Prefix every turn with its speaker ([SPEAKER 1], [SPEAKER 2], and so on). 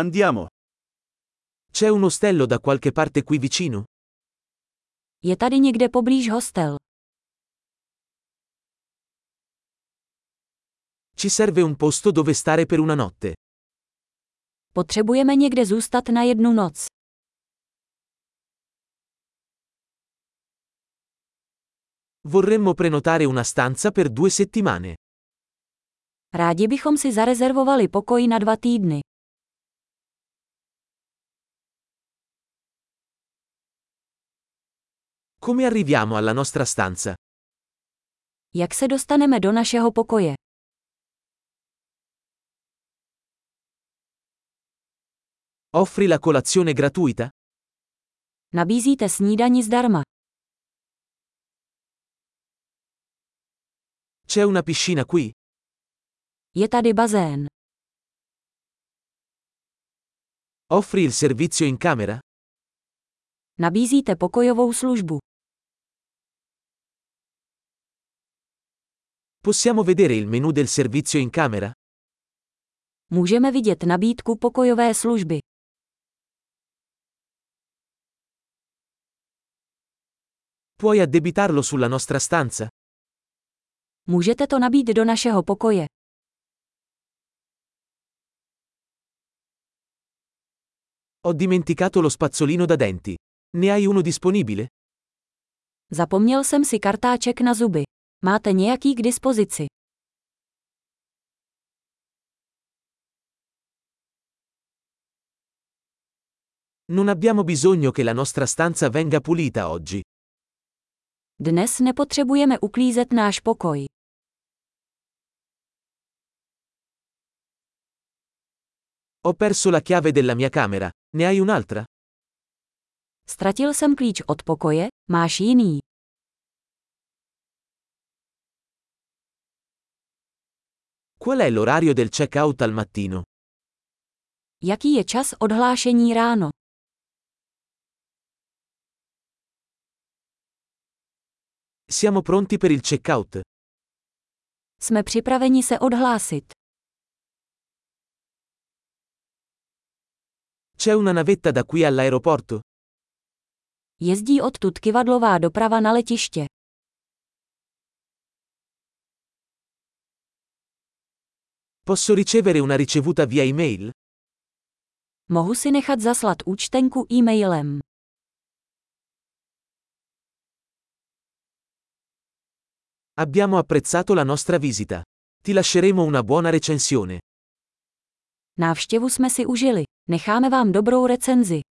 [SPEAKER 1] Andiamo.
[SPEAKER 2] C'è un ostello da qualche parte qui vicino?
[SPEAKER 3] Je tady někde poblíž hostel.
[SPEAKER 2] Ci serve un posto dove stare per una notte.
[SPEAKER 3] Potřebujeme někde zůstat na jednu noc.
[SPEAKER 2] Vorremmo prenotare una stanza per due settimane.
[SPEAKER 3] Rádi bychom si zarezervovali pokoj na dva týdny.
[SPEAKER 2] Come arriviamo alla nostra stanza?
[SPEAKER 3] Jak se dostaneme do našeho pokoje?
[SPEAKER 2] Offri la colazione gratuita?
[SPEAKER 3] Nabízíte snídani zdarma.
[SPEAKER 2] C'è una piscina qui?
[SPEAKER 3] Je tady bazén.
[SPEAKER 2] Offri il servizio in camera?
[SPEAKER 3] Nabízíte pokojovou službu.
[SPEAKER 2] Possiamo vedere il menu del servizio in camera?
[SPEAKER 3] Můžeme vidět nabídku pokojové služby.
[SPEAKER 2] Puoi addebitarlo sulla nostra stanza?
[SPEAKER 3] Můžete to nabít do našeho pokoje.
[SPEAKER 2] Ho dimenticato lo spazzolino da denti. Ne hai uno disponibile?
[SPEAKER 3] Zapomněl jsem si kartáček na zuby. Máte nějaký k dispozici?
[SPEAKER 2] Non abbiamo bisogno che la nostra stanza venga pulita oggi.
[SPEAKER 3] Dnes nepotřebujeme uklízet náš pokoj.
[SPEAKER 2] Ho perso la chiave della mia camera. Ne hai un'altra?
[SPEAKER 3] Ztratil jsem klíč od pokoje, máš jiný.
[SPEAKER 2] Qual è l'orario del check-out al mattino?
[SPEAKER 3] Jaký je čas odhlášení ráno?
[SPEAKER 2] Siamo pronti per il check-out.
[SPEAKER 3] Jsme připraveni se odhlásit.
[SPEAKER 2] C'è una navetta da qui all'aeroporto?
[SPEAKER 3] Jezdí odtud kivadlová doprava na letiště.
[SPEAKER 2] Posso ricevere una ricevuta via email?
[SPEAKER 3] Mohu si nechat zaslat účtenku e-mailem.
[SPEAKER 2] Abbiamo apprezzato la nostra visita. Ti lasceremo una buona recensione.
[SPEAKER 3] Návštěvu jsme si užili. Necháme vám dobrou recenzi.